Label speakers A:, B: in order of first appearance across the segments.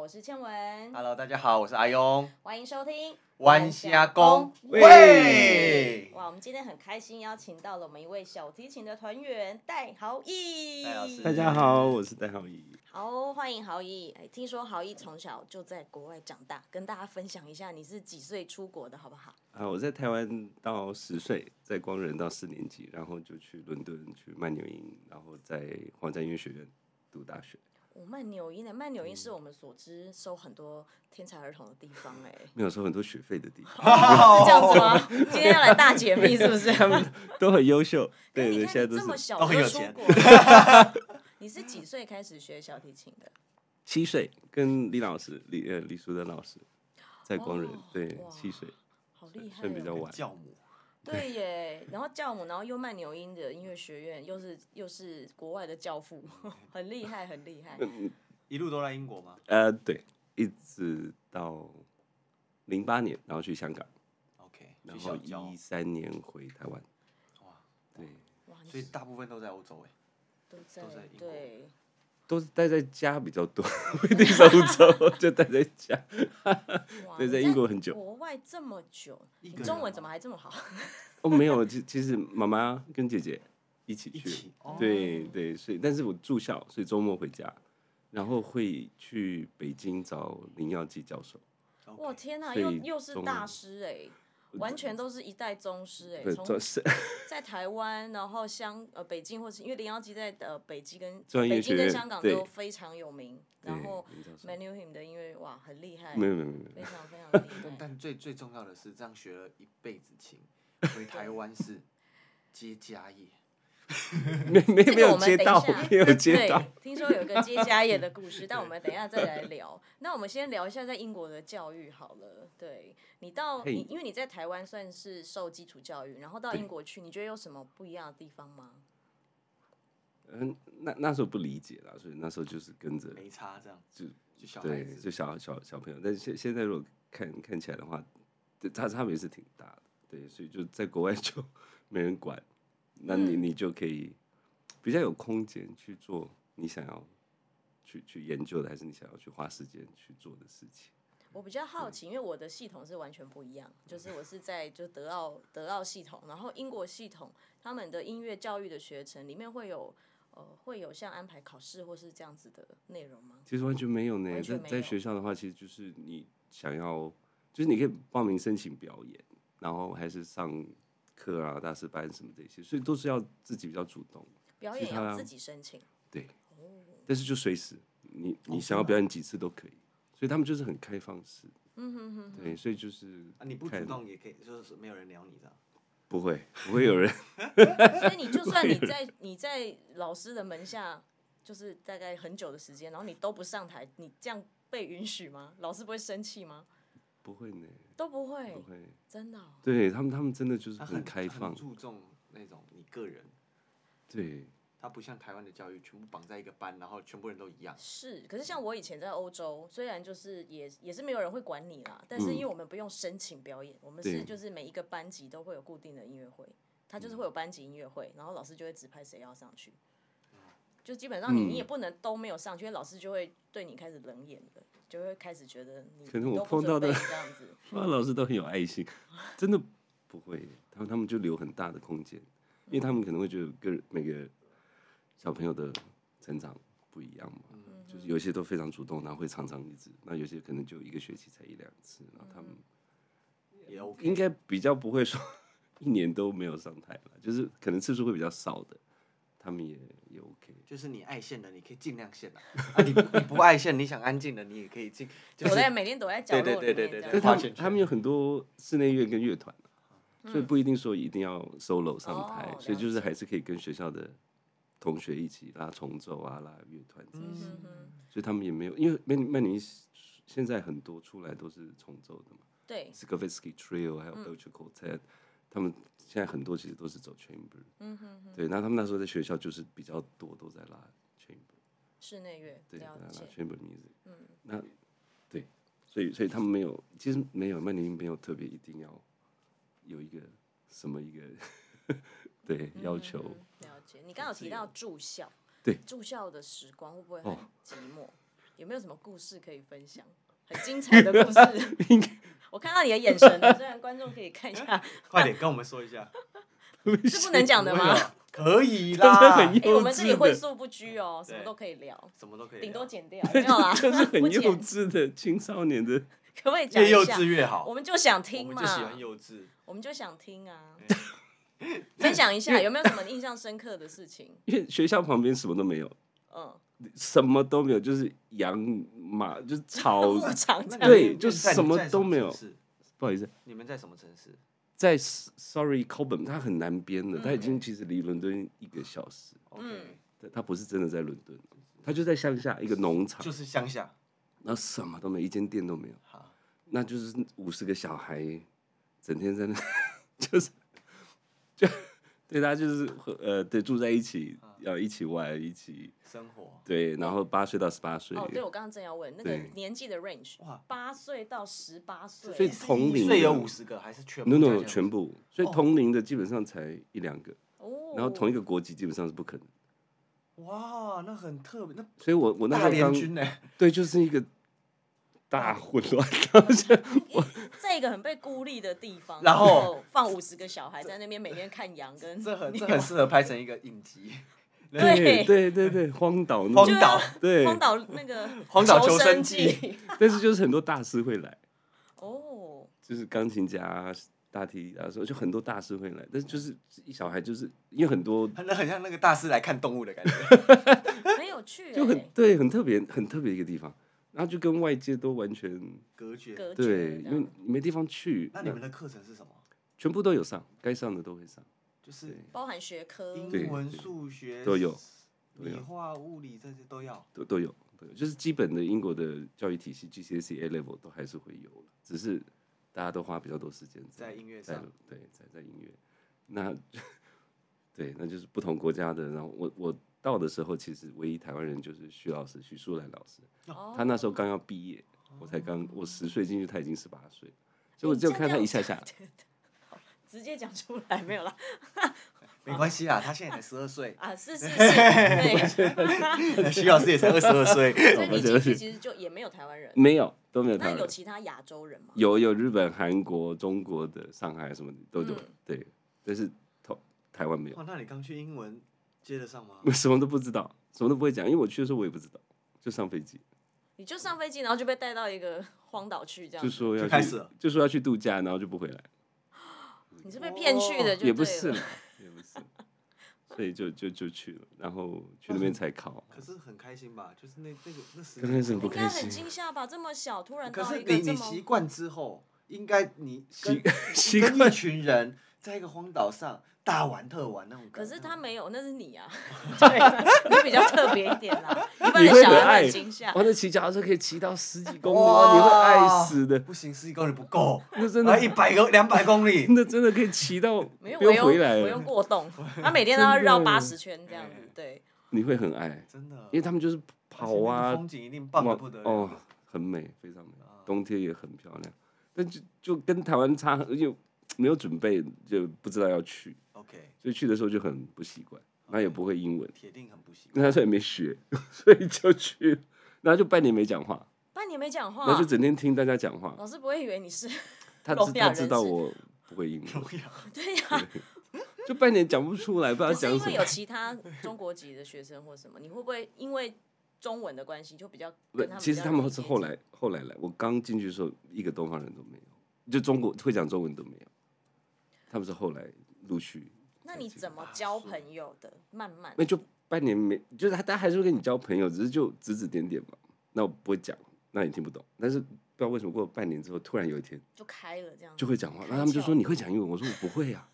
A: 我是倩文，
B: Hello，大家好，我是阿庸。
A: 欢迎收听《
B: 弯虾公
A: 喂
B: 喂
A: 哇，我们今天很开心邀请到了我们一位小提琴的团员戴豪毅。
B: 戴老师
C: 大家好，我是戴浩仪。
A: 好，欢迎豪毅。哎，听说豪毅从小就在国外长大，跟大家分享一下你是几岁出国的好不好？
C: 啊，我在台湾到十岁，在光仁到四年级，然后就去伦敦去曼纽因，然后在皇家音乐学院读大学。
A: 哦，曼纽因呢？曼纽因是我们所知收很多天才儿童的地方哎、
C: 没有收很多学费的地方，
B: 哦
A: 是这样子吗？今天要来大解密是不 是？
C: 他们都很优秀。对
A: 哎你
C: 对，
A: 看
C: 现在
A: 你
C: 都
A: 这么
C: 是哦
A: 小
B: 都很
A: 就
B: 有
A: 出
B: 钱
A: 国， 你是几岁开始学小提琴的？
C: 七岁，跟李老师李呃李淑珍老师在光仁
A: 哦，
C: 对
A: 哇
C: 七岁
A: 好厉害、哦！
C: 算比较晚。
B: 教母，
A: 对耶，然后教母，然后又曼纽因的音乐学院，又是又是国外的教父， 很厉害，很厉害。
C: 嗯
B: 一路都在英国吗？
C: 呃，对，一直到零八年，然后去香港，
B: OK，
C: 然
B: 去
C: 后
B: 小教，
C: 一三年回台湾。
B: 哇，
C: 对。
A: 哇，
B: 所以
A: 你
B: 大部分都在欧洲哎。
A: 都在
B: 都在英国
A: 对，
C: 都是待在家比较多， 不一定是欧洲，就待在家。
A: 哇，
C: 对，
A: 你
C: 在英国很久。
A: 国外这么久，
B: 一
A: 你
B: 个人
A: 中文
B: 吗
A: 怎么还这么好？
C: 哦，没有，其其实妈妈跟姐姐一起
B: 一
C: 去，
B: 起哦
C: 对对，所以但是我住校，所以周末回家，然后会去北京找林耀基教授，
A: 哇，
B: ，OK，
A: 天哪，
C: 所
A: 又
C: 以
A: 又是
C: 中
A: 大
C: 文
A: 师哎，完全都是一代宗师哎，
C: 对，
A: 从
C: 做是
A: 在台湾，然后香呃北京，或是因为林耀基在呃北京跟
C: 中央音乐
A: 北京
C: 学
A: 跟
C: 院
A: 香港
C: 对
A: 都非常有名，然后
C: 哎对林教授
A: m a n u h i m 的音乐哇很厉害，
C: 没有没有没有没有，
A: 非常非常厉害。
B: 但但最最重要的是，这样学了一辈子琴，回台湾是接家业，
C: 没没
A: 这
C: 没
A: 个我
C: 有
A: 们
C: 接
A: 等一
C: 到
A: 下，
C: 没有 接到
A: 对，，听说有一个接家业的故 事，但我们等一下再来聊。那我们先聊一下在英国的教育好了。对你到
C: 嘿
A: 你，因为你在台湾算是受基础教育，然后到
C: 对
A: 英国去，你觉得有什么不一样的地方吗？
C: 嗯，那那时候不理解啦，所以那时候就是跟着
B: 没差这样，
C: 就
B: 就小孩
C: 对，
B: 子
C: 就小小小朋友，但是现现在如果看看起来的话，这差差别是挺大的，对，所以就在国外就 没人管，那你、
A: 嗯
C: 你就可以比较有空间去做你想要去去研究的，还是你想要去花时间去做的事情。
A: 我比较
C: 嗯
A: 好奇，因为我的系统是完全不一样，就是我是在就德奥德奥系统，然后英国系统他们的音乐教育的学程里面会有呃会有像安排考试或是这样子的内容吗？
C: 其实完全没有呢，
A: 完
C: 在
A: 全没
C: 在
A: 有
C: 学校的话，其实就是你想要，就是你可以报名申请表演，然后还是上课啊、大师班什么这些，所以都是要自己比较主动。
A: 表
C: 其
A: 演
C: 他
A: 要自己申请。
C: 对，
A: 哦，
C: 但是就随时，你
B: 真
C: 你想要
B: 的
C: 表演几次都可以，所以他们就是很开放式，
A: 嗯哼哼哼。
C: 对，所以就是
B: 啊，你不主
C: 看
B: 动也可以，就是没有人聊你这样。
C: 不会不会有人
A: 所以你就算你在你在老师的门下，就是大概很久的时间，然后你都不上台，你这样被允许吗？老师不会生气吗？
C: 不会呢，
A: 都不会，
C: 不会，
A: 真的、哦。
C: 对他们他们真的就是
B: 他很
C: 开
B: 很
C: 放，
B: 注重那种你个人，
C: 对，
B: 他不像台湾的教育，全部绑在一个班，然后全部人都一样。
A: 是，可是像我以前在欧洲，虽然就是也也是没有人会管你啦，但是因为我们不用申请表演，我们是
C: 嗯对
A: 就是每一个班级都会有固定的音乐会，他就是会
C: 嗯
A: 有班级音乐会，然后老师就会指派谁要上去，就基本上你、
C: 嗯
A: 你也不能都没有上去，因为老师就会对你开始冷眼了，就会开始觉得你
C: 可能
A: 你
C: 我
A: 都不
C: 碰到
A: 准备
C: 的
A: 这样子，
C: 所有老师都很有爱心， 真的不会，他们他们就留很大的空间，因为他们可能会觉得个人每个小朋友的成长不一样嘛，就是有些都非常主动，然后会常常一直，那有些可能就一个学期才一两次，然后他们。
B: 也 OK，
C: 应该比较不会说 一年都没有上台了，就是可能次数会比较少的，他们也也 OK。
B: 就是你爱线的，你可以尽量线啊。啊，你你不爱线，你想安静的，你也可以尽。就
A: 躲在
B: 是
A: 每天躲在角落
B: 对
A: 里面
B: 对对对
A: 这样
B: 对
C: 但他
B: 花钱
C: 们他们有很多室内乐跟乐团啊、所以不一定说一定要 solo 上台，
A: 嗯哦
C: 所以就
A: 了
C: 是
A: 解
C: 还是可以跟学校的同学一起拉重奏啊，拉乐团这些。
A: 嗯哼
C: 所以他们也没有，因为曼曼宁现在很多出来都是重奏的嘛。
A: 对，
C: s k o v i t s k y Trio 还有
A: 嗯
C: Deutsche Quartet，、他们现在很多其实都是走 chamber，
A: 嗯哼哼，
C: 对，那他们那时候在学校就是比较多都在拉 chamber，
A: 室内乐
C: 对，在
A: 了
C: 拉
A: 解，
C: chamber music，
A: 嗯，
C: 那对，所以所以他们没有，其实没有曼宁没有特别一定要有一个什么一个 对
A: 嗯
C: 要求，
A: 了解。你刚刚有提到住校，
C: 对
A: 住校的时光会不会很
C: 哦
A: 寂寞？有没有什么故事可以分享？很精彩的故 事。我看到你的眼神了，虽然观众可以看一 下，
B: 快点跟我们说一下，
A: 是 不能讲的吗？
B: 可以
C: 真的
B: 啦
C: 很，幼
A: 哎，我们这里
C: 稚
A: 荤
C: 的，啊
A: 素不拘哦，什么
B: 对
A: 都可以聊，
B: 什么都可以聊，
A: 顶多剪掉，没有啦，
C: 就是很
A: 不
C: 幼
A: 剪，
C: 稚的青少年的，
A: 可不可以讲
B: 越幼
A: 一下
B: 稚？越好，
A: 我们就想
B: 我
A: 听
B: 们
A: 嘛
B: 就，喜欢幼稚。
A: 我们就想听啊
B: 对。
A: 分享一下有没有什么印象深刻的事情？
C: 因为学校旁边什么都没有，
A: 嗯，
C: 什么都没有，就是羊马，就是 草，
A: 牧场这样
C: 对
B: 你们
C: 就
B: 在
C: 什么
B: 你在
C: 都
B: 什
C: 没有
B: 城市
C: 不好意思，
B: 你们在什么城市？
C: 在 S- Sorry Cobham，它很难编的，它已经其实离伦敦一个小时，
B: 嗯，
C: 它它不是真的在伦敦，它就在乡下一个农场
B: 就，是乡下。
C: 然后什么都没有，一间店都没有，
B: 好，
C: 那就是五十个小孩，整天在那， 就是就对大家就是呃对住在一起，要一起玩，一起
B: 生活
C: 对，然后八岁到十八岁，
A: 哦，对，我刚刚正要问那个
C: 对
A: 年纪的 range，
B: 哇
A: 八岁到十八岁，
C: 所以同龄
B: 一岁有
C: 的
B: 五十个还是全部
C: no
B: 加起
C: no
B: 来
C: 全部，所以
B: 哦
C: 同龄的基本上才一两个，
A: 哦，
C: 然后同一个国籍基本上是不可能，
B: 哇，那很特别，那
C: 所以我我那
B: 大
C: 时候
B: 联
C: 刚
B: 军呢？
C: 对就是一个大混乱，
A: 在一个很被孤立的地 方，
B: 然后
A: 放五十个小孩在那边每天看羊跟
B: 这很这很适合拍成一个影集，
A: 对
C: 对对对，荒岛那
B: 荒
C: 种，
A: 啊
B: 岛
C: 对，
A: 荒岛那 个
B: 荒岛
A: 求
B: 求生
A: 记。
C: 但是就是很多大师会来，
A: 哦，
C: 就是钢琴家啊、大提啊，说就很多大师会来，但是就是一小孩就是因为很多
B: 那很像那个大师来看动物的感觉。
A: 很有趣、欸，
C: 就很对，很特别，很特别一个地方，然后就跟外界都完全
B: 隔绝。
A: 隔
C: 对，
A: 绝
C: 因为
A: 的，
C: 没地方去，
B: 那你们的课程是什么？
C: 全部都有上，该上的都会上，
B: 就是
A: 包含学科，哦
C: 对
B: 英文、数学
C: 都有，都有
B: 理化、物理这些都要。
C: 都都有，都有，就是基本的英国的教育体系 GCSE E A level 都还是会有了，只是大家都花比较多时间
B: 在音乐
C: 在
B: 上，
C: 对，在在音乐，那 对，那就是不同国家的。然后我我到的时候，其实唯一台湾人就是徐老师，徐淑兰老师，
A: 哦
C: 他那时候刚要毕业，我才刚我十岁进去，他已经十八岁，所以我只有看他一下 下，
A: 直接讲出来没有啦？
B: 没关系啦，他现在才十二 岁，
A: 啊，是是是，对，
B: 徐老师也才二十二 岁。
A: 所
C: 哦
A: 以你进去其实就也没有台湾人，
C: 没有都没有台
A: 那
C: 湾
A: 有
C: 人，
A: 其他亚洲人吗？
C: 有有日本、韩国、中国的上海什么的都有，
A: 嗯
C: 对，但是台台湾没有，
B: 哇，那你刚去英文接得上吗？
C: 我什么都不知道，什么都不会讲，因为我去的时候我也不知道，就上飞机。
A: 你就上飞机，然后就被带到一个荒岛去，这样
C: 就
A: 子，
C: 说要
B: 就
C: 去
B: 开始了
C: 就说要去度假，然后就不回来，
A: 你是被骗去的，就对
C: 哦也不是
A: 了
C: 啦，也不是，所以就就就去了，然后去 那边才考。
B: 可是很开心吧？就是那那个那时
C: 刚开始很不
A: 应该
C: 开
A: 很
C: 心，
A: 惊吓吧？这么小，突然
B: 可
A: 到
B: 是
A: 一个
B: 你
A: 这
B: 你
A: 么
B: 习惯之后，应该你跟
C: 习
B: 跟一群人在一个荒岛上大玩特玩那种
A: 可
B: 感觉。
A: 是
B: 那种
A: 他没有，那是你啊， 对，你比较特别一点啦。一般
C: 你
A: 的
C: 会
A: 小
C: 很
A: 孩
C: 爱哦
A: 会惊吓，
C: 哇，那骑脚踏车可以骑到十几公里，
B: 哇
C: 哇你会爱死的，
B: 不行，十几公里不够，
C: 那 真
B: 啊，
C: 的
B: 一百个两百公 里，
C: 那真的可以骑到
A: 哎 没有
C: 不
A: 我
C: 用
A: 用
C: 回来
A: 我用
C: 了，
A: 过 动，他每天都要
C: 真的
A: 绕八十圈这样子
B: 哎，
A: 对，
C: 你会很爱，
B: 真的。
C: 因为他们就是
B: 而且那
C: 跑
B: 个
C: 啊，
B: 风景一定棒的不得了。
C: 哦，很美，非常美
B: 啊，
C: 冬天也很漂亮，但就就跟台湾差很，就没有准备，就不知道要去。
B: OK，
C: 所以去的时候就很不习惯，然后也不会英文，
B: 铁定很不习惯。
C: 那时候也没学， 所以就去了，然后就半年没讲话，
A: 半年没讲
C: 然后
A: 话
C: 就，整天听大家讲话。
A: 老师不会以为你是
C: 他
A: 聋
C: 知
A: 哑
C: 他
A: 人士
C: 知道我不会英
B: 重
C: 文，
B: 要，
A: 对呀，
C: 就半年讲不出来，不知道
A: 可是
C: 讲
A: 因
C: 什
A: 为有
C: 么。
A: 其他中国籍的学生或什么，你会不会因为中文的关系就比较跟他
C: 不
A: 们？
C: 其实他们是后，来后来来，我刚进去的时候一个东方人都没有，就中国会讲中文都没有，他们是后来陆续，
A: 那你怎么交朋友的？慢慢
C: 那就半年没，就是他大家还是会跟你交朋友，只是就指指点点嘛。那我不会讲，那也听不懂，但是不知道为什么过了半年之后，突然有一天。
A: 就开了这样子，
C: 就会讲话。
A: 开
C: 然后他们就
A: 窍
C: 说你会讲英文，我说我不会呀、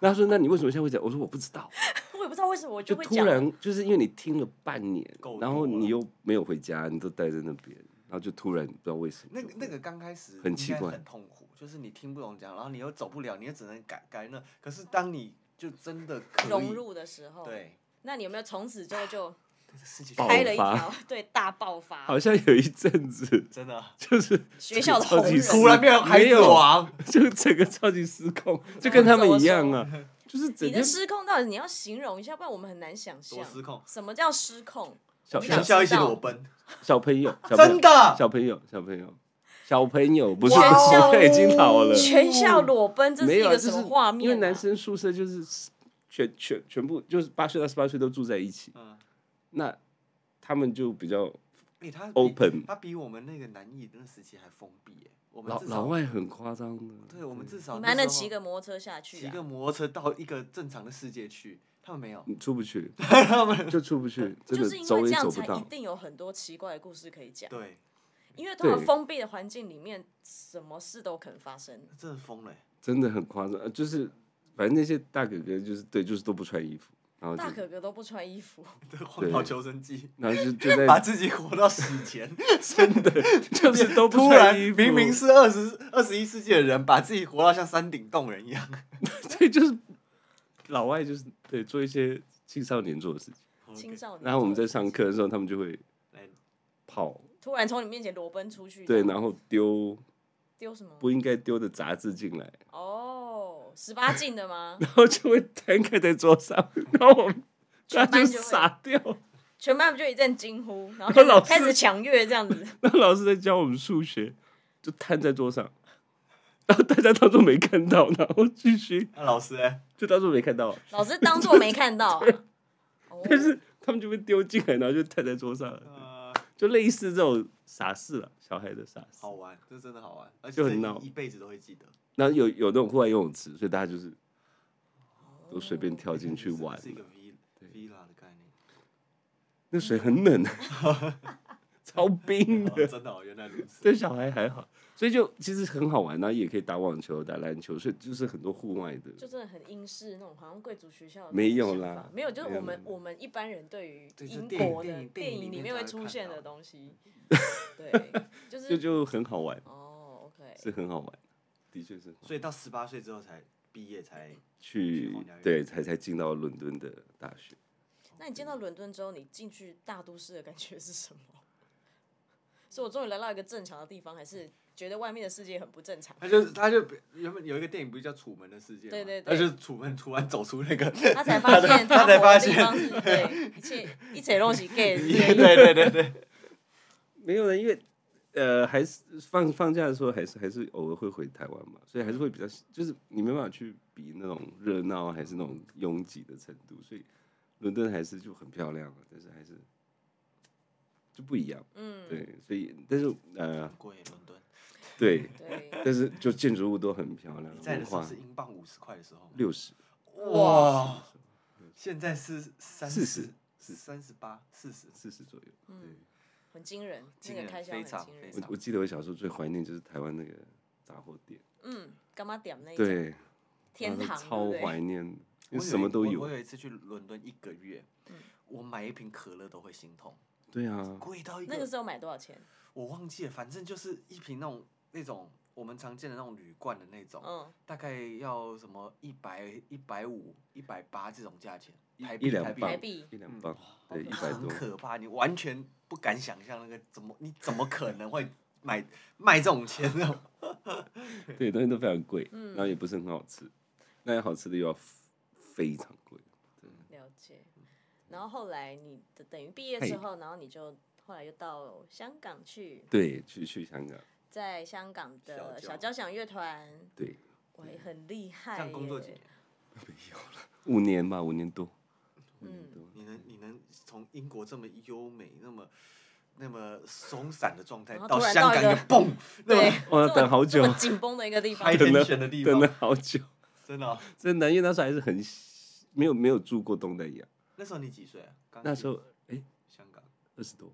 C: 那他说那你为什么现在会讲？我说我不知道，
A: 我也不知道为什么我
C: 就
A: 会
C: 突
A: 讲，
C: 然就是因为你听了半年
B: 够，
C: 然后
B: 多了
C: 你又没有回家，你都待在那边，然后就突然不知道为什么
B: 那
C: 就
B: 个那个刚开始
C: 很奇
B: 应该
C: 怪
B: 很痛苦，就是你听不懂讲，然后你又走不了，你又只能改改那。可是当你就真的可以
A: 融，入的时候，
B: 对，
A: 那你有没有从此之后就
B: 这个世界
C: 爆
A: 开了一
C: 发
A: 条 对大爆发？
C: 好像有一阵子
B: 真的
C: 就是
A: 学校的
C: 超
A: 红
C: 级
A: 人，
C: 是
B: 突然变成孩
C: 没
B: 子
C: 有
B: 王，
C: 就整个超级失控，就跟他们一样啊，就是整
A: 你
C: 天
A: 的失控到底你要形容一下，不然我们很难想象
B: 多失控
A: 什么叫失控。
C: 小
A: 你
B: 全
A: 想
C: 小
B: 校一起
A: 知道
B: 裸奔，
C: 小朋友，小朋
B: 真
C: 友，
B: 的，
C: 小朋友，小朋友，小朋友，不是
A: 全 校
C: 不是已经老了，
A: 全校裸奔，这
C: 没
A: 是一
C: 有啊，
A: 个
C: 就
A: 什
C: 是
A: 么画面、啊
C: 因为男生宿舍就是全全全部就是八岁到十八岁都住在一起，
B: 嗯，
C: 那他们就比较
B: 哎，他比
C: open，
B: 他比我们那个南艺那时期还封闭耶，我们
C: 老
B: 至少
C: 老，外很夸张的，
B: 对我们至少
A: 你们还能
B: 时候
A: 骑个摩托车下去、
B: 骑
A: 啊？
B: 个摩托车到一个正常的世界去，他们没有，
C: 你出不 去，就出 不去，真
A: 就
C: 的
A: 是因
C: 走
A: 为这
C: 也
A: 样
C: 走不
A: 才一
C: 到，
A: 定有很多奇怪的故事可以讲，
B: 对，
A: 因为通常
C: 对
A: 封闭的环境里面，什么事都可能发生。
B: 真的疯了耶，
C: 真的很夸张，呃就是反正那些大哥哥就是对，就是都不穿衣服，然后
A: 大
C: 就
A: 哥哥都不穿衣服，
B: 这荒岛求生记。
C: 然后就就 在
B: 把自己活到史前，真 的
C: 就是 都不
B: 突
C: 穿
B: 然
C: 衣服，
B: 明明是二十二十一世纪的人，把自己活到像山顶洞人 一样，
C: 对，就是老外就是对做一些青少年做的事情。
A: 青少年。
C: 然后我们在上，课的时候，他们就会
B: 来
C: 跑，
A: 突然从你面前裸奔出去，
C: 对，然后丢
A: 丢什么？
C: 不应该丢的杂志进来，
A: 哦，十八禁的吗？
C: 然后就会摊开在桌上，然后我们大
A: 全
C: 家
A: 班
C: 就
A: 就会
C: 傻掉。
A: 全班不就一阵惊呼，然后
C: 然后 老师
A: 开始开始抢阅这样子，
C: 然后老师在教我们数学，就摊在桌上，然后大家当做没看到，然后继续
B: 那老师欸，
C: 就当做没看到，
A: 老师当做没看 到、啊。哦
C: 但是他们就被丢进来，然后就摊在桌上了，
B: 呃，
C: 就类似这种傻事了，小孩的傻事。
B: 好玩，这真的好玩，而且
C: 就很
B: 这一
C: 闹
B: 一辈子都会记得。
C: 然后有有那种户外游泳池，所以大家就是都随便跳进去
B: 哦
C: 玩
B: 这，是一个 V villa 的概 念，
C: 那水很冷， 超冰
B: 哦
C: 的。
B: 真的哦，原来如此。
C: 对小孩还好，所以就其实很好玩然后也可以打网球、打篮球，所以就是很多户外的。
A: 就真的很英式那种，好像贵族学校的
C: 没有
A: 那种
C: 啦
A: 想法没有，就是
C: 没有
A: 我们
C: 没有
A: 我们一般人对于
B: 对就
A: 英
B: 电影
A: 国
B: 电
A: 的
B: 影电
A: 电
B: 影
A: 影
B: 里
A: 里
B: 面
A: 面
B: 才
A: 会
B: 会
A: 出
B: 看
A: 现
B: 到
A: 的东西， 对，就
C: 就是就很好玩，
A: 哦，OK，
C: 是很好玩，的确是很好玩
B: 所以到十八岁之后才毕业，才
C: 去
B: 皇家园
C: 对才才进到伦敦的大学，
A: 那你见到伦敦之后，你进去大都市的感觉是什么？所以我终于来到一个正常的地方，还是觉得外面的世界很不正常。
B: 他就他就原本有一个电影不是叫《楚门的世界》吗？
A: 对对
B: 他
A: 对
B: 就是楚门突然走出那个，
A: 他才发现，
B: 他才发现
A: 他活的地方是对一切一切东西 gay 之类
B: 对
A: 的。
B: 对对 对，
C: 没有人，因为呃还是放放假的时候还是还是偶尔会回台湾嘛，所以还是会比较就是你没办法去比那种热闹还是那种拥挤的程度，所以伦敦还是就很漂亮啊，但是还是就不一样，
A: 嗯，
C: 对，所以但是呃
B: 贵伦敦，
C: 对，
A: 对，
C: 但是就建筑物都很漂亮
B: 你，在
C: 文
B: 的时候
C: 化
B: 是英镑五十块的时候吗，
C: 六十
B: 哇，现在是三
C: 40
B: 三十八、四十，
C: 四十左右，
A: 嗯
C: 对。
A: 很惊人，那
B: 惊
A: 个
B: 人
A: 开销
B: 非
A: 很
B: 常
A: 惊
B: 非
A: 人
B: 常。
C: 我我记得我小时候最怀念就是台湾那个杂货店，
A: 嗯，干嘛点那一种
C: 对，
A: 天
C: 然后
A: 堂，
C: 超
A: 对不
C: 怀
A: 对？
C: 念，
B: 我
C: 因为
B: 有
C: 什么
B: 一
C: 都
B: 我。我
C: 有。
B: 有一次去伦敦一个月，
A: 嗯
B: 我买一瓶可乐都会心痛，
C: 对啊，
B: 贵到一
A: 那个时候买多少钱？
B: 我忘记了，反正就是一瓶那种那种我们常见的那种铝罐的那种，
A: 嗯，
B: 大概要什么一百一百五、一百八这种价钱，
C: 一
B: 台
C: 一
B: 币
C: 两
B: 台币
C: 磅
A: 台币
C: 一两磅，
B: 嗯好
C: 对，一
B: 可
C: 百
B: 很
C: 多。
B: 可怕，你完全不敢想象那个怎么你怎么可能会买卖这种钱 呢？
C: 对，东西都非常贵，
A: 嗯
C: 然后也不是很好吃，那些好吃的又要 f- 非常贵。
A: 了解。然后后来你的等于毕业之后，然后你就后来又到香港去，
C: 对，去去香港，
A: 在香港的
B: 小嗯
A: 小交响乐团，
C: 对，
A: 我也很厉害
B: 这
A: 耶。
B: 样工作几年？
C: 五年吧，五年多，
A: 嗯，
B: 你能你能从英国这么优美、那么那么松散的状态，
A: 然后
B: 到
A: 突然
B: 香
A: 到一
B: 港 就
A: 个
B: 蹦，那
A: 对
B: 么，
C: 哇
A: 这么
C: 等好久
A: 这么紧绷的一个地方
B: 嗨。
C: 等了
B: 天选的地
C: 等
B: 方
C: 了好久，
B: 真的哦、
C: 真的，因为那时候还是很小没有没有住过东南亚，
B: 那时候你几岁啊？刚
C: 那
B: 去
C: 时候哎
B: 香港，
C: 二十多，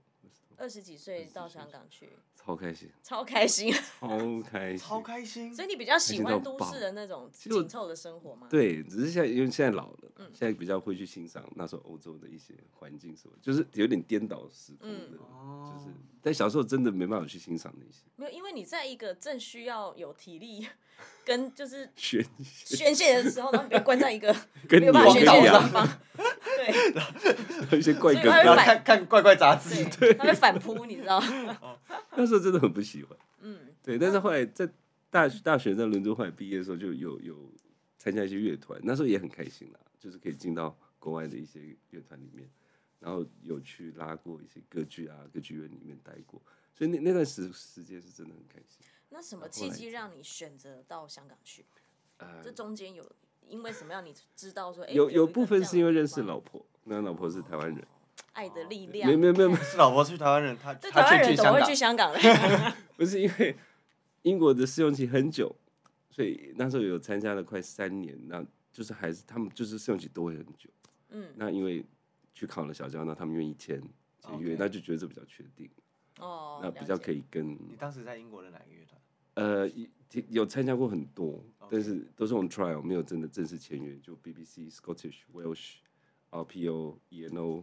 A: 二十几
B: 嗯
A: 岁到香港去，
C: 超开心，
A: 超开心。
C: 超开
B: 超
C: 心。
B: 开心。
A: 所以你比较喜欢
C: 开心到
A: 都
C: 爆
A: 市的那种
C: 实我
A: 紧凑的生活吗？
C: 对，只是现在因为现在老了，
A: 嗯
C: 现在比较会去欣赏那时候欧洲的一些环境什么，就是有点颠倒时空的，
A: 嗯
B: 哦
C: 就是但小时候真的没办法去欣赏那些
A: 没有，因为你在一个正需要有体力跟就是
C: 宣
A: 宣泄的时候，然后你被关在一 个
C: 跟
A: 没有办法
C: 牛
A: 宣泄的
C: 跟
A: 地
C: 羊
A: 方， 对
C: 一些怪梗
A: 所以
B: 然
A: 他会
B: 后
C: 概，
A: 买
B: 看看怪怪杂志，
A: 对，他会反扑，你知道？
C: 那时候真的很不喜欢。
A: 嗯，
C: 对，但是后来在大学大学在伦敦后来毕业的时候，就有有参加一些乐团，那时候也很开心啦，就是可以进到国外的一些乐团里面，然后有去拉过一些歌剧啊、歌剧院里面待过，所以那那段时时间是真的很开心。
A: 那什么契机让你选择到香港去？呃这中间有因为什么让你知道说，哎，
C: 有
A: 有
C: 有
A: 一个
C: 部分
A: 这样
C: 是因
A: 的
C: 为
A: 地
C: 认识
A: 方
C: 老婆，那老婆是台湾人，
A: 爱的力量，
C: 没没没没，
B: 是老婆去台湾人，他
A: 对
B: 他
A: 台湾
B: 却
A: 人
B: 去
A: 怎
B: 香
A: 么会，
B: 港
A: 去香港呢？
C: 不是因为英国的试用期很久，所以那时候有参加了快三年，那就是还是他们就是试用期都会很久。
A: 嗯，
C: 那因为去考了小教，那他们愿意签签约
B: OK
C: 那就觉得这比较确定，
A: 哦，
C: 那比较可
A: 以，
C: 以跟
B: 你当时在英国的哪个乐团？
C: 呃一有参加过很多
B: OK
C: 但是都是 on trial，没有真的正式签约，就 BBC、Scottish、Welsh、RPO、ENO，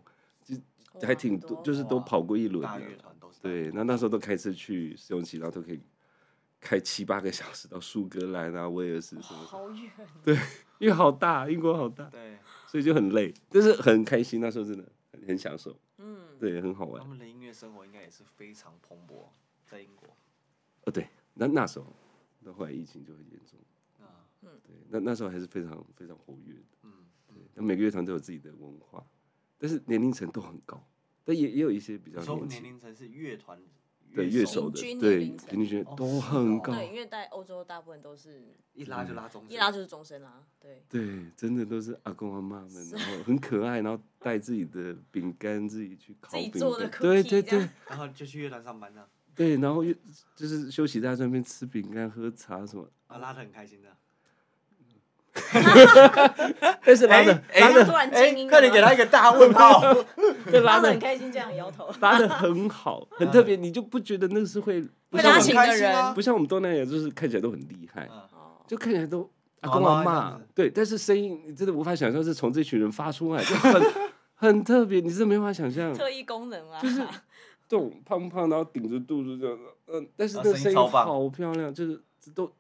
A: 哇
C: 还
A: 很
C: 挺多，
A: 多
C: E
A: 哦
C: 就是都
B: 哇
C: 跑过一轮
B: 大
C: 了
B: 乐团都是大乐
C: 对，那那时候都开车去试用期，然后都可以开七八个小时到苏格兰啊、威尔士什么的，
A: 好远，
C: 因为好大，英国好大，
B: 团
C: 所以就很累，但是很开心。那时候真的很很享受，
A: 嗯，
C: 对，很好
B: 对，
C: 玩
B: 他。们的音乐生活应该也是非常蓬勃，在英国。
C: 哦，对，那那时候，那后来疫情就很严重，
B: 啊，
C: 对，那那时候还是非常非常活跃的。
B: 嗯，
C: 对，那每个乐团都有自己的文化，但是年龄层都很高，但也也有一些比较
B: 你说
C: 年
B: 年
C: 轻
B: 龄层是乐团
C: 的乐手
A: 平
C: 的
A: 均，年
C: 对，
A: 龄层
C: 平均觉
B: 哦
C: 都
B: 是
C: 很
B: 哦
C: 高，
A: 对，因为在欧洲大部分都是
B: 一拉就拉中
A: 嗯
B: 间，
A: 一拉就是终身啦，对，
C: 对，真的都是阿公阿妈们，然后很可爱，然后带自己的饼干，自己去烤
A: 自己
C: 饼
A: 做的
C: 干，对
A: cookie
C: 对
A: 这
C: 对
A: 样
B: 然后就去乐团上班了，
C: 对，然后又就是休息在那边吃饼干、喝茶什么，
B: 啊，拉的很开心的。
C: 但是拉的、
B: 哎
C: 拉
A: 他
C: 的
A: 突然
B: 哎
A: 静音，了吗，
B: 快点给他一个大问号。
C: 对拉
A: 他
C: 的
A: 很开心这样摇头，
C: 拉的很好，很特别，你就不觉得那是会不
A: 会
C: 像
A: 拉
C: 我
A: 琴
C: 们
A: 的
B: 开心
A: 人
B: 啊，
C: 不像我们东南亚，就是看起来都很厉害，
B: 嗯
A: 哦，
C: 就看起来都阿
B: 好
C: 公
B: 吗
C: 阿
B: 这
C: 妈
B: 样子，
C: 对，但是声音你真的无法想象是从这群人发出来，就很很特别，你真的没法想象。
A: 特异功能啊，
C: 这种胖胖，然后顶着肚子这样，嗯、但是
B: 啊
C: 那
B: 声音
C: 声音
B: 超棒
C: 好漂亮，就是都，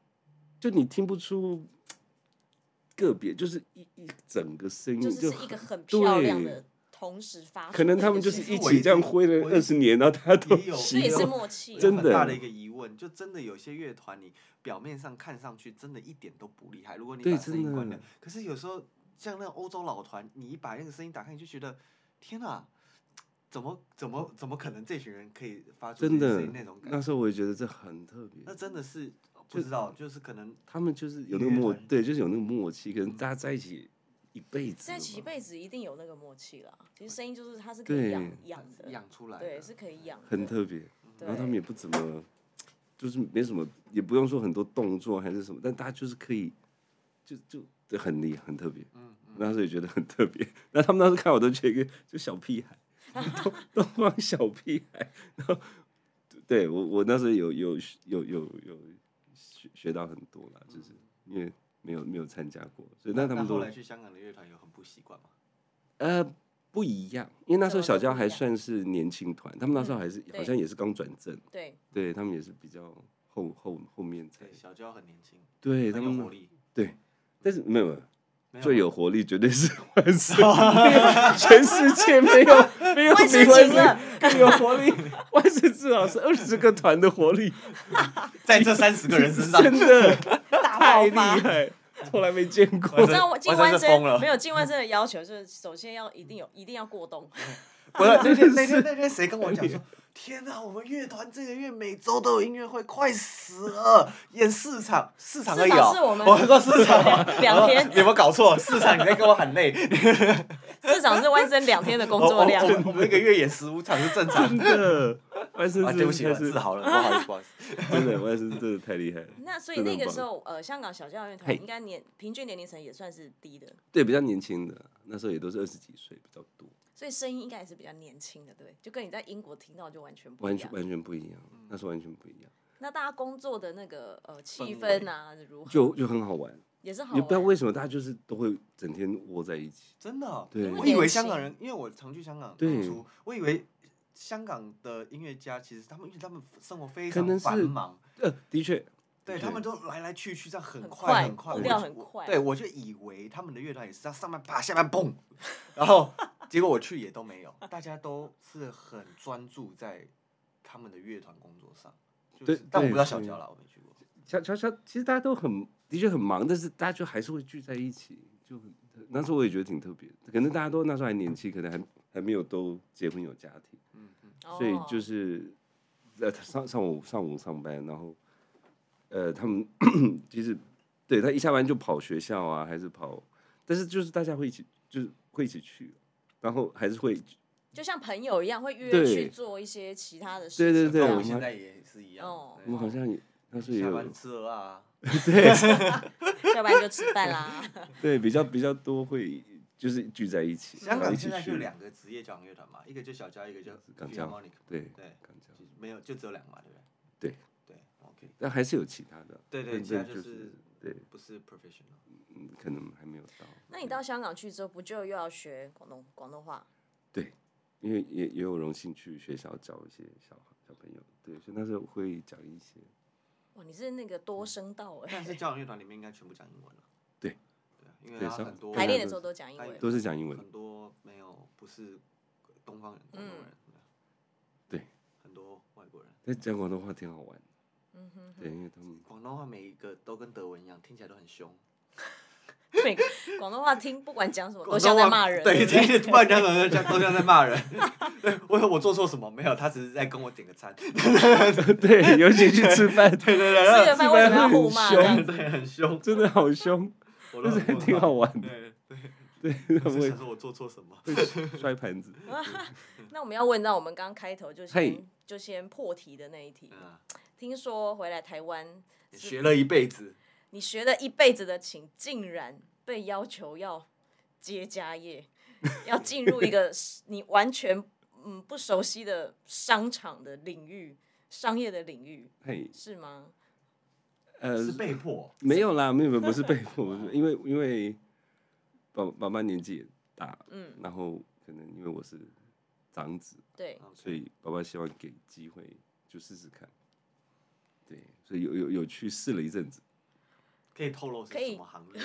C: 就你听不出个别，就是一一整个声音
A: 就是
C: 嗯就是
A: 一个很漂亮的，同时发出的一个声音，
C: 可能他们就是
B: 其
C: 一
B: 实我
C: 起
B: 也
C: 这样挥
B: 我
C: 了
B: 也
C: 二十年，然后大家都
B: 也有
A: 这
C: 习
A: 也是
C: 惯
A: 默契啊，
C: 真的
B: 有很大的一个疑问，就真的有些乐团，你表面上看上去真的一点都不厉害，如果你
C: 对
B: 把声音
C: 真的
B: 关掉，可是有时候像那欧洲老团，你一把那个声音打开，你就觉得天哪、怎么怎么怎么可能这群人可以发出这
C: 真
B: 些
C: 的
B: 声音那种感
C: 那
B: 觉？
C: 时候我也觉得这很特别
B: 那，真的是不知道，就是可能
C: 他们就是有那
B: 音
C: 个
B: 乐
C: 默，
B: 团
C: 对，就是有那个默契，可能大家在一起一辈子了吧，
A: 在一起一辈子一定有那个默契啦。其实声音就是它是可以
C: 嗯对啊
A: 养养的，
B: 养出来的，
A: 对，是可以养的。
C: 很特别。
A: 对
C: 然后他们也不怎么，就是没什么，也不用说很多动作还是什么，但大家就是可以，就就就很厉害，很特别。
B: 嗯嗯
C: 那时候也觉得很特别。那他们当时看我都觉得一个就小屁孩， 东东方小屁孩。然后对我我那时候有有有有有学学到很多啦，就是
A: 嗯
C: 因为没有没有参加过，所以但他
B: 那
C: 们
B: 后
C: 都
B: 来去香港的乐团有很不习惯吗？
C: 呃。不一样，因为那时
A: 怎
C: 候
A: 么
C: 小
A: 都
C: 娇
A: 不一
C: 还
A: 样
C: 算是年轻团，他们那时候
A: 嗯
C: 还是、好
A: 对
C: 像也是刚转正，
A: 对，
C: 对他们也是比较后后后面才
B: 对，小娇很年轻，
C: 对他
B: 很有
C: 们
B: 活力，
C: 对，但是没有没有
B: 没
C: 最
B: 有
C: 有活力绝对是万圣
B: 哦
C: 节，全世界没有没有
A: 万圣
C: 比万
A: 节了
C: 圣更有活力，万圣至少是二十个团的活 力，
B: 在这三十个人身上，
C: 真的
A: 大
C: 太
A: 爆
C: 厉
A: 发。
C: 害，从来没见
A: 我
C: 过
A: 知。道我进
B: 我真
A: 万
B: 是疯
A: 生
B: 了
A: 没有进万生的要求，就是首先要一定有一定要过冬，
B: 我那天那天那天谁跟我讲说， 天哪，我们乐团这个月每周都有音乐会，快死了，演四场，四场而已
A: 四
B: 哦
A: 场是我们，
B: 说四场啊
A: 两 天
B: 我 说你有没有搞错？四场你在跟我喊累，
A: 至少是万生两天的 工
B: 我我
A: 作量
C: 哦
B: 我。们我们一个月演十五场是正 常
C: 真
B: 的。
C: 的，万圣
B: 啊，
C: 节
B: 对不起，我
C: 才是
B: 自豪了，不好意思，不好 意思。
C: 真的，万圣节真的太厉害了。
A: 那所以
C: 真的
A: 那
C: 很
A: 个
C: 棒
A: 时候，呃，香港小交响乐团
C: 嘿
A: 应该年平均年龄层也算是低的，
C: 对，比较年轻的那时候也都是二十几岁比较多，
A: 所以声音应该也是比较年轻的，对不对，就跟你在英国听到就完全不一
C: 完全
A: 样。
C: 完全不一样，那时候完全不一样，
A: 那大家工作的那个呃气
B: 氛围
A: 氛啊，如何
C: 就就很好玩。
A: 也是好
C: 也不知道
A: 玩。
C: 为什么大家就是都会整天窝在一起。
B: 真的哦、
C: 对
B: 我以为香港人，因为我常去香港
C: 对
B: 演出，我以为香港的音乐家其实他们，因为他们生活非
C: 可能
B: 常
C: 是
B: 繁忙，
C: 呃，的确，
B: 对
C: 对
B: 他们都来来去去，这样很
A: 很快
B: 快很快，
A: 步
B: 我
A: 调
B: 就
A: 很
B: 我
A: 快
B: 对，我就以为他们的乐团也是要上班啪，下班蹦，然后结果我去也都没有，大家都是很专注在他们的乐团工作上。就是
C: 对
B: 但我不知道
C: 对
B: 小
C: 是
B: 娇啦，我没去过。
C: 小小小，其实大家都很的确很忙，但是大家就还是会聚在一起，就很那时候我也觉得挺特别的。可能大家都那时候还年轻，可能还还没有都结婚有家庭，
B: 哦
C: 所以
A: 哦
C: 就是呃上上午上午上班，然后呃他们 其实对他一下班就跑学校啊，还是跑，但是就是大家会一起就是会一起去，然后还是会
A: 就像朋友一样会约
C: 对
A: 去做一些其他的事
C: 对
A: 情。这
B: 跟
C: 对对
B: 我
A: 样
B: 们
C: 们
B: 现
C: 还
B: 在也是一样
A: 哦。
B: 对啊
C: 我们好像也那时候也
B: 下
C: 有
B: 班吃鹅 啊，
A: 下班就吃饭啦。
C: 对比较比较多会就是聚在一起，
B: 香
C: 然后
B: 港
C: 一起
B: 现在就
C: 去
B: 两个职业交响乐团嘛，一个就小交，一个就
C: 港交
B: Philharmonic，
C: 对
B: 对，
C: 感觉
B: 就是没有就只有两个嘛，对不对？
C: 对
B: 对，OK，
C: 但还是有其他的，
B: 对对
C: 但
B: 其他
C: 但
B: 就
C: 就是对，
B: 不是 professional，
C: 嗯可能还没有到。
A: 那你到香港去之后，不就又要学广东广东话？
C: 对，因为也也有荣幸去学校找一些小孩小朋友，对，所以那时候会讲一些，
A: 哇，你是那个多声道哎、
B: 但是交响乐团里面应该全部讲英文了。
C: 对，
B: 对啊，因为
C: 对
B: 它
C: 上
B: 很多
A: 排练的时候都讲英
B: 哎
A: 文，
C: 都是讲英文，
B: 很多没有不是东方人、广东人，
C: 嗯
B: 啊
C: 对，
B: 很多外国人。
C: 但讲广东话挺好玩，嗯哼，对，因为他们
B: 广东话每一个都跟德文一样，听起来都很凶。
A: 每个广东话听不管讲什么都像在骂人，
B: 对，
A: 对不对
B: 听起来不然讲什么像都像在骂人。 对，我我做错什么没有？他只是在跟我点个餐。
C: 对，尤其去吃 饭，
B: 对对对，
A: 吃个饭为什么要互骂？
C: 吃
A: 这
C: 饭会很
A: 样子
B: 对，很
C: 凶
B: 凶，
C: 真的好凶，
B: 我都
C: 但是
B: 很
C: 还
B: 不
C: 挺
B: 爽
C: 好。玩的，
B: 对对，
C: 对，
B: 我
C: 他们
B: 是
C: 会
B: 想说我做错什 么？
C: 会摔 盘子，
A: 那我们要问到我们刚开头就
C: 嘿
A: 先就先破题的那一题，
B: 啊，
A: 听说回来台湾，
B: 学了一辈子，
A: 你学了一辈子的琴，竟然被要求要接家业，要进入一 个你完全嗯不熟悉的商场的领域，商业的领域
C: 嘿，
A: 是吗？
C: 呃，
B: 是被迫。
C: 没有啦，没有，没有不是被迫，不是因为因为爸爸妈年纪也大，
A: 嗯，
C: 然后可能因为我是长子，
A: 对，
C: 所以爸爸希望给机会就试试看。对，所以有有有去试了一 阵子，
B: 可以透露是
A: 可以
B: 什么行业？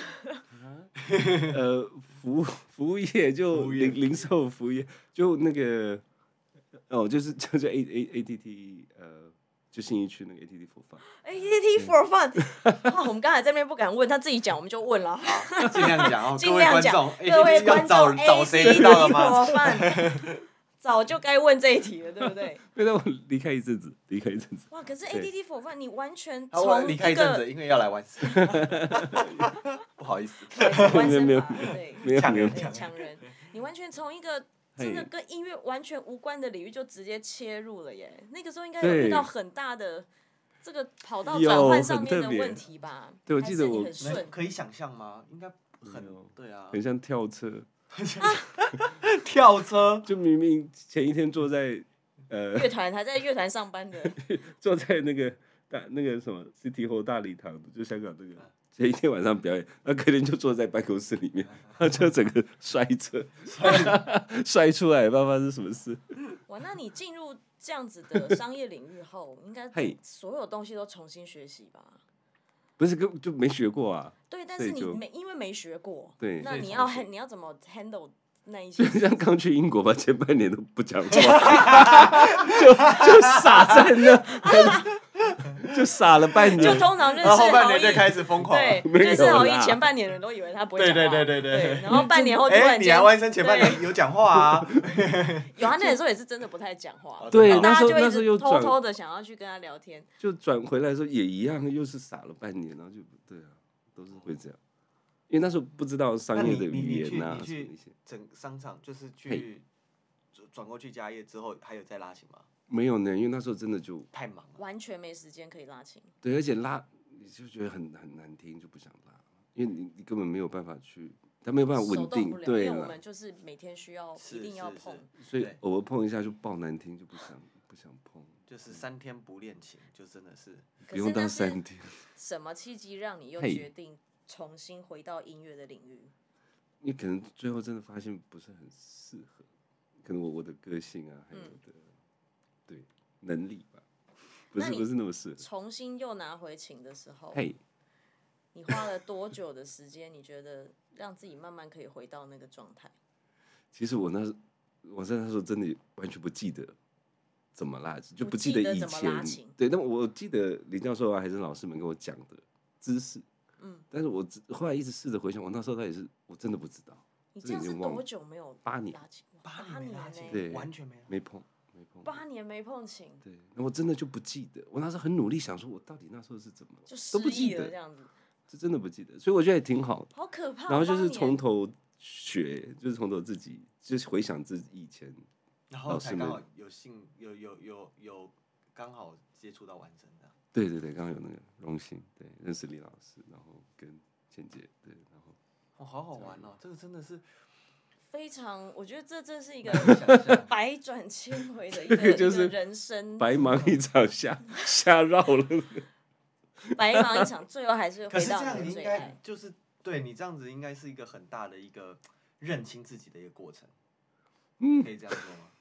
C: 呃，服务服务业就
B: 服务业
C: 零零售服务业就那个哦，就是 就是 A A A T T 呃，就信义区那个 A T T 佛法，
A: 哎，ET for fun，哇我 们刚才这边不敢问，他自己讲，我们就问了。
B: 好尽量讲哦，各
A: 尽
B: 位观
A: 量讲
B: 众，，
A: 各位
B: 哎要
A: 观
B: 找
A: 众，
B: 找谁知道了吗？
A: 吗？ 早就该问这一题了，对不对？
C: 对，让我离开一阵子，离开一阵子，
A: 哇，可是
C: 对
A: ADD for fun，你完全
B: 啊，我
A: 从
B: 离开一阵子，因为要来玩。 不好意思，
A: 完
C: 没
A: 身
C: 有
A: 法，对，
C: 没有
B: 抢
C: 没有
B: 人
A: 对强人，你完全从一个真的
C: 嘿
A: 跟音乐完全无关的领域就直接切入了耶。那个时候应该有遇
C: 对
A: 到很大的这个跑道
C: 有
A: 转换上
C: 很
A: 面的
C: 特别
A: 问题吧？
C: 对我
A: 还
C: 记
A: 是
C: 得
A: 你
C: 我
A: 很
B: 那
A: 顺，
B: 可以想象吗？应该
C: 没有
B: 很对啊
C: 很，像跳车，
B: 跳车
C: 就明明前一天坐在呃
A: 乐团还在乐团上班的，
C: 坐在那个大那个什么 City Hall 大礼堂，就香港这
A: 嗯
C: 个前一天晚上表演，那隔天就坐在办公室里面，
A: 嗯
C: 他就整个摔 车，摔出来，爸爸是什么事？
A: 哇，那你进入这样子的商业领域后，应该
C: 嘿
A: 所有东西都重新学习吧？
C: 不是根本就没学过啊，
A: 对，但
C: 所
A: 是
C: 以
A: 你
C: 就
A: 没因为没学过，
C: 对
A: 那
B: 所以
A: 你
B: 重
A: 要
B: 学
A: hand- 你要怎么 handle 那一些
C: 就？像刚去英国吧，前半年都不 讲话，就就傻在那， 就傻了半
A: 就
C: 年。
A: 通常认识
B: 然后后半
A: 好
B: 年
A: 意
B: 就开始疯狂了
A: 对。，
C: 没
A: 认识
C: 有
A: 好意
C: 啦
A: 前半年人都以为他不会
B: 对
A: 讲
B: 对
A: 话，
B: 对对对
A: 然后半年后突
B: 哎，
A: 然
B: 你
A: 间
B: 还，弯身前半年有讲话 啊？
A: 有他那时候也是真的不太讲
B: 哦
A: 话，
C: 对
A: 然后
C: 那
A: 大
C: 时
A: 家
C: 候
A: 就会
C: 那
A: 一
C: 时候
A: 直
C: 又
A: 偷
C: 转
A: 偷的想要去跟他聊天，
C: 就转回来的时候也一样，又是傻了半年，然后就对啊，都是会这样，因为那时候不知道
B: 那
C: 商业
B: 你
C: 的
B: 你
C: 语
B: 你去
C: 言啊
B: 你
C: 什么
B: 去
C: 一些，
B: 整商场就是去
C: 嘿
B: 转转过去家业之后，还有再拉琴吗？
C: 没有呢，因为那时候真的就
B: 太忙了，
A: 完全没时间可以拉琴。
C: 对，而且拉你就觉得很很难听，就不想拉，因为你你根本没有办法去，他没有办法
A: 手动
C: 稳定
A: 不，了，
C: 对
A: 因为我
C: 了
A: 们，就是每天需要
B: 是
A: 一定要
B: 是
A: 碰
B: 是，
C: 所以
B: 对
C: 偶尔碰一下就爆难听，就不想不想碰，
B: 就是三天不练琴，就真的是
A: 可
C: 不
A: 是
C: 用
A: 那
C: 到
A: 是
C: 三天，
A: 什么契机让你又
C: 嘿
A: 决定重新回到音乐的领域？
C: 你可能最后真的发现不是很适合，可能我我的个性啊，还有我
A: 嗯
C: 的、对能力吧，不
A: 那
C: 是
A: 你
C: 不是那么适合，
A: 重新又拿回琴的时候，
C: 嘿。
A: 你花了多久的时间？你觉得让自己慢慢可以回到那个状态？
C: 其实我那时我在那时候真的完全不记得怎么拉，就
A: 不
C: 不记
A: 记得
C: 以
A: 怎么拉
C: 前
A: 琴。
C: 对，但我记得林教授啊，还是老师们跟我讲的知识。嗯，但是我只后来一直试着回想，我那时候到底是我真的不知道，
A: 你这样
C: 这已
A: 是
C: 经忘了
A: 多久没有
C: 八年
A: 拉琴？
B: 八
A: 八
B: 年没
A: 年
B: 拉
A: 呢
B: 琴，
C: 对
B: 完全没有。
C: 没碰，没碰。
A: 八年没碰琴，
C: 对，那我真的就不记得，我那时候很努力想说，我到底那时候是怎么了
A: 就
C: 都
A: 失
C: 不记
A: 忆了这
C: 得，
A: 样子，
C: 就真的不记得，所以我觉得也挺好的。
A: 好可怕。
C: 然后就是
A: 八年
C: 从头学，就是从头自己，就是回想自己以前，
B: 然
C: 老
B: 后
C: 师
B: 才刚
C: 们
B: 好有幸有有有有刚好接触到完整的。
C: 对对对，刚刚有那个荣幸，对，认识李老师，然后跟倩姐，对，然后
B: 哦，好好玩哦！这个真的是
A: 非常，我觉得这真 是一个
B: 想象
A: 百转千回的一
C: 这个
A: 个
C: 就
A: 一个
C: 是
A: 人生，
C: 白忙一场瞎 瞎绕了，
A: 白忙一场，最后还是
B: 可
A: 回
B: 是这
A: 到
B: 样
A: 你的
B: 你应
A: 最
B: 该
A: 爱。
B: 就是对你这样子应该是一个很大的一个认清自己的一个过程，
C: 嗯
B: 可，以这样说吗？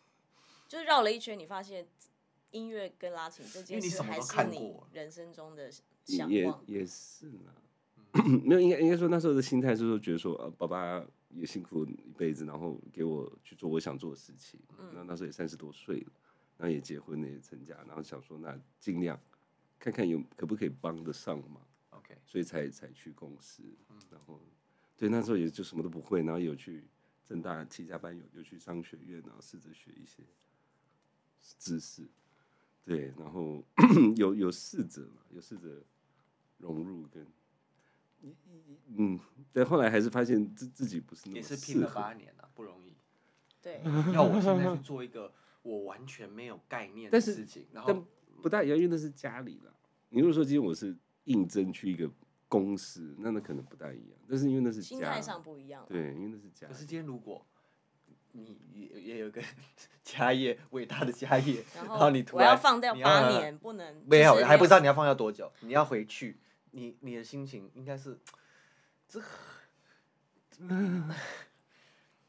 A: 就是绕了一圈，你发现音乐跟拉琴这
B: 因
A: 件
B: 为你
A: 事
B: 什么
A: 还
B: 都
A: 是
B: 看
A: 你
B: 过
A: 人生中的向
C: 也
A: 往。
C: 也是啦， 没有，应该应该说那时候的心态是说，觉得说，呃，爸爸也辛苦一辈子，然后给我去做我想做的事情。那那时候也三十多岁了，然后也结婚了，也成家，然后想说，那尽量看看有可不可以帮得上嘛，
B: OK，
C: 所以才才去公司。然后对那时候也就什么都不会，然后有去正大七家班有有去商学院，然后试着学一些知识，对，然后 有有试着嘛，有试着融入跟。嗯，但后来还是发现自自己不是那么
B: 也是拼
C: 适
B: 了
C: 合。
B: 八年啊，不容易。
A: 对，
B: 要我现在去做一个我完全没有概念的
C: 但是
B: 事情，然
C: 但
B: 后
C: 不大一样，因为那是家里啦。你如果说今天我是应征去一个公司，那那可能不大一样。但是因为那是
A: 心
C: 家
A: 态上不一样。
C: 对，因为那是家
B: 可。是今天如果你也也有一个 家业，伟大的家业，
A: 然
B: 后你突
A: 我要
B: 然
A: 放掉
B: 你
A: 八
B: 要
A: 年，不能
B: 没有，还不知道
A: 你。
B: 你要放掉多久，你要回去，你你的心情应 该是这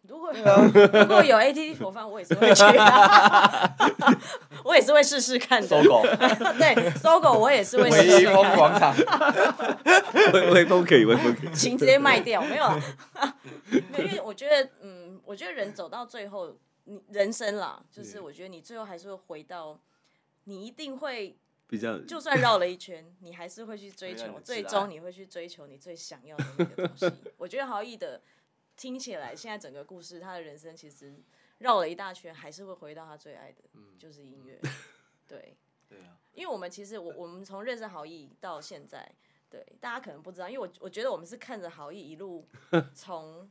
A: 如果如果有 ATT 佛饭，我也是会 去的，我也是会试试看的。
B: 搜狗
A: 对，搜狗我也是会试
B: 唯一
A: 试
B: 风
A: 看，
B: 广场，
C: 微微风可以，微风可以。
A: 琴直接卖 掉，没有啦。 没有因为我觉得，嗯，我觉得人走到最后，你人生啦，就是
C: 对
A: 我觉得你最后还是会回到，你一定会，
C: 比较
A: 就算绕了一圈，你还是会去追
B: 回到你
A: 求，
B: 的
A: 最
B: 挚爱
A: 终你会去追求你最想要的那个 东西。我觉得豪毅的听起来，现在整个故事，他的人生其实绕了一大圈，还是会回到他最爱的，
B: 嗯
A: 就是音乐。对，
B: 对啊，
A: 因为我们其实我我们从认识豪毅到现在，对大家可能不知道，因为我我觉得我们是看着豪毅一 路从，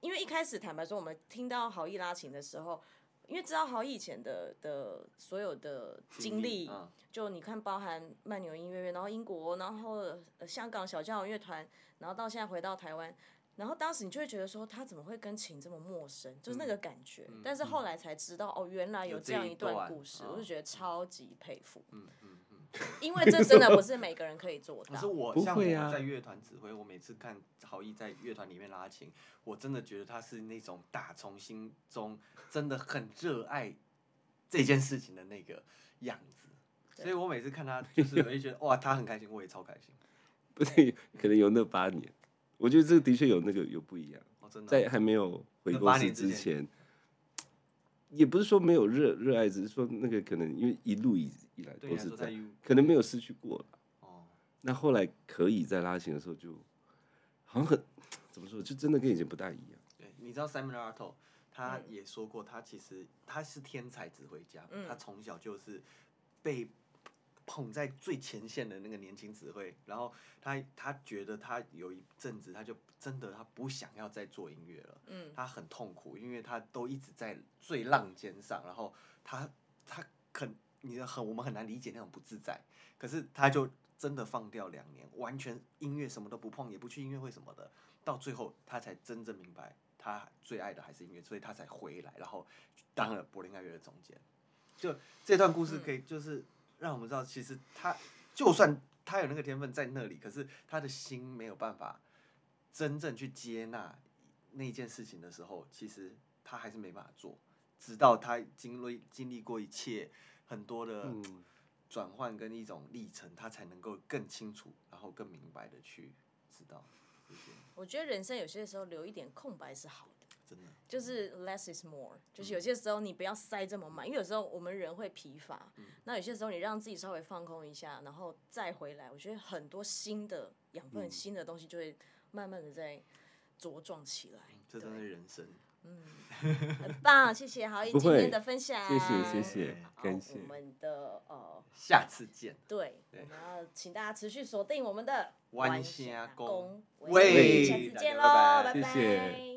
A: 因为一开始坦白说，我们听到豪毅拉琴的时候，因为知道豪毅以前的的所有的经历，
B: 嗯
A: 就你看包含曼纽音乐院，然后英国，然后、呃、香港小交响乐团，然后到现在回到台湾。然后当时你就会觉得说他怎么会跟琴这么陌生，就是那个感觉。但是后来才知道哦，原来嗯有
B: 有
A: 这
B: 这
A: 样
B: 一
A: 一段嗯
B: 段
A: 故事，
B: 哦
A: 我就觉得超级佩服。
B: 嗯嗯嗯。
A: 因为这真的不是每个人可以 做
B: 可
A: 到
B: 是。我
C: 不
B: 像
C: 会
B: 我
C: 啊
B: 在乐团指挥，我每次看郝毅在乐团里面拉琴，我真的觉得他是那种打从心中真的很热爱这件事情的那个样子。
A: 对
B: 所以我每次看他，就是我就觉得哇，他很开心，我也超开心。
C: 不对， 可能有那八年，我觉得这的确有那个有不一样，
B: 哦，真的。
C: 在还没有回公司之前，也不是说没有热热爱，只是说那个可能因为一路以以来
B: 对
C: 都
B: 啊，
C: 是
B: 都
C: 这
B: 在
C: 样，
B: U
C: 可能没有失去过了。
B: 哦，
C: 那后来可以在拉琴的时候就，好像很怎么说，就真的跟以前不大一样。
B: 对，你知道 Simon Arto，他也说过，他其实他是天才指挥家，
A: 嗯
B: 他从小就是被捧在最前线的那个年轻指挥，然后他他觉得他有一阵子他就真的他不想要再做音乐了，
A: 嗯，
B: 他很痛苦，因为他都一直在最浪尖上，然后他他肯你很我们很难理解那种不自在，可是他就真的放掉两年，完全音乐什么都不碰，也不去音乐会什么的，到最后他才真正明白他最爱的还是音乐，所以他才回来，然后当了柏林爱乐的总监。就这段故事可以就是让我们知道，其实他就算他有那个天分在那里，可是他的心没有办法真正去接纳那件事情的时候，其实他还是没办法做，直到他经历经历过一切很多的
C: 嗯
B: 转换跟一种历程，他才能够更清楚，然后更明白的去知道这些，
A: 我觉得人生有些时候留一点空白是好的，
B: 真的。
A: 就是 less is more，就是
C: 嗯
A: 有些时候你不要塞这么满，因为有时候我们人会疲乏。
C: 嗯
A: 那有些时候你让自己稍微放空一下，然后
C: 嗯
A: 再回来，我觉得很多新的养分、新的东西就会慢慢的在茁壮起来。
B: 这真的是人生。
A: 很棒，谢谢豪毅
C: 不
A: 今
C: 会
A: 天的分享，
C: 谢谢谢
A: 好。嗯
C: 谢，感谢
A: 我，们的呃，
B: 下次见，
A: 对，我
B: 对
A: 们要请大家持续锁定我们的弯
B: 弯虾
A: 虾
B: 公
A: 喂，
B: 喂
A: 下次见喽，
B: 大家拜拜
A: 拜
C: 谢谢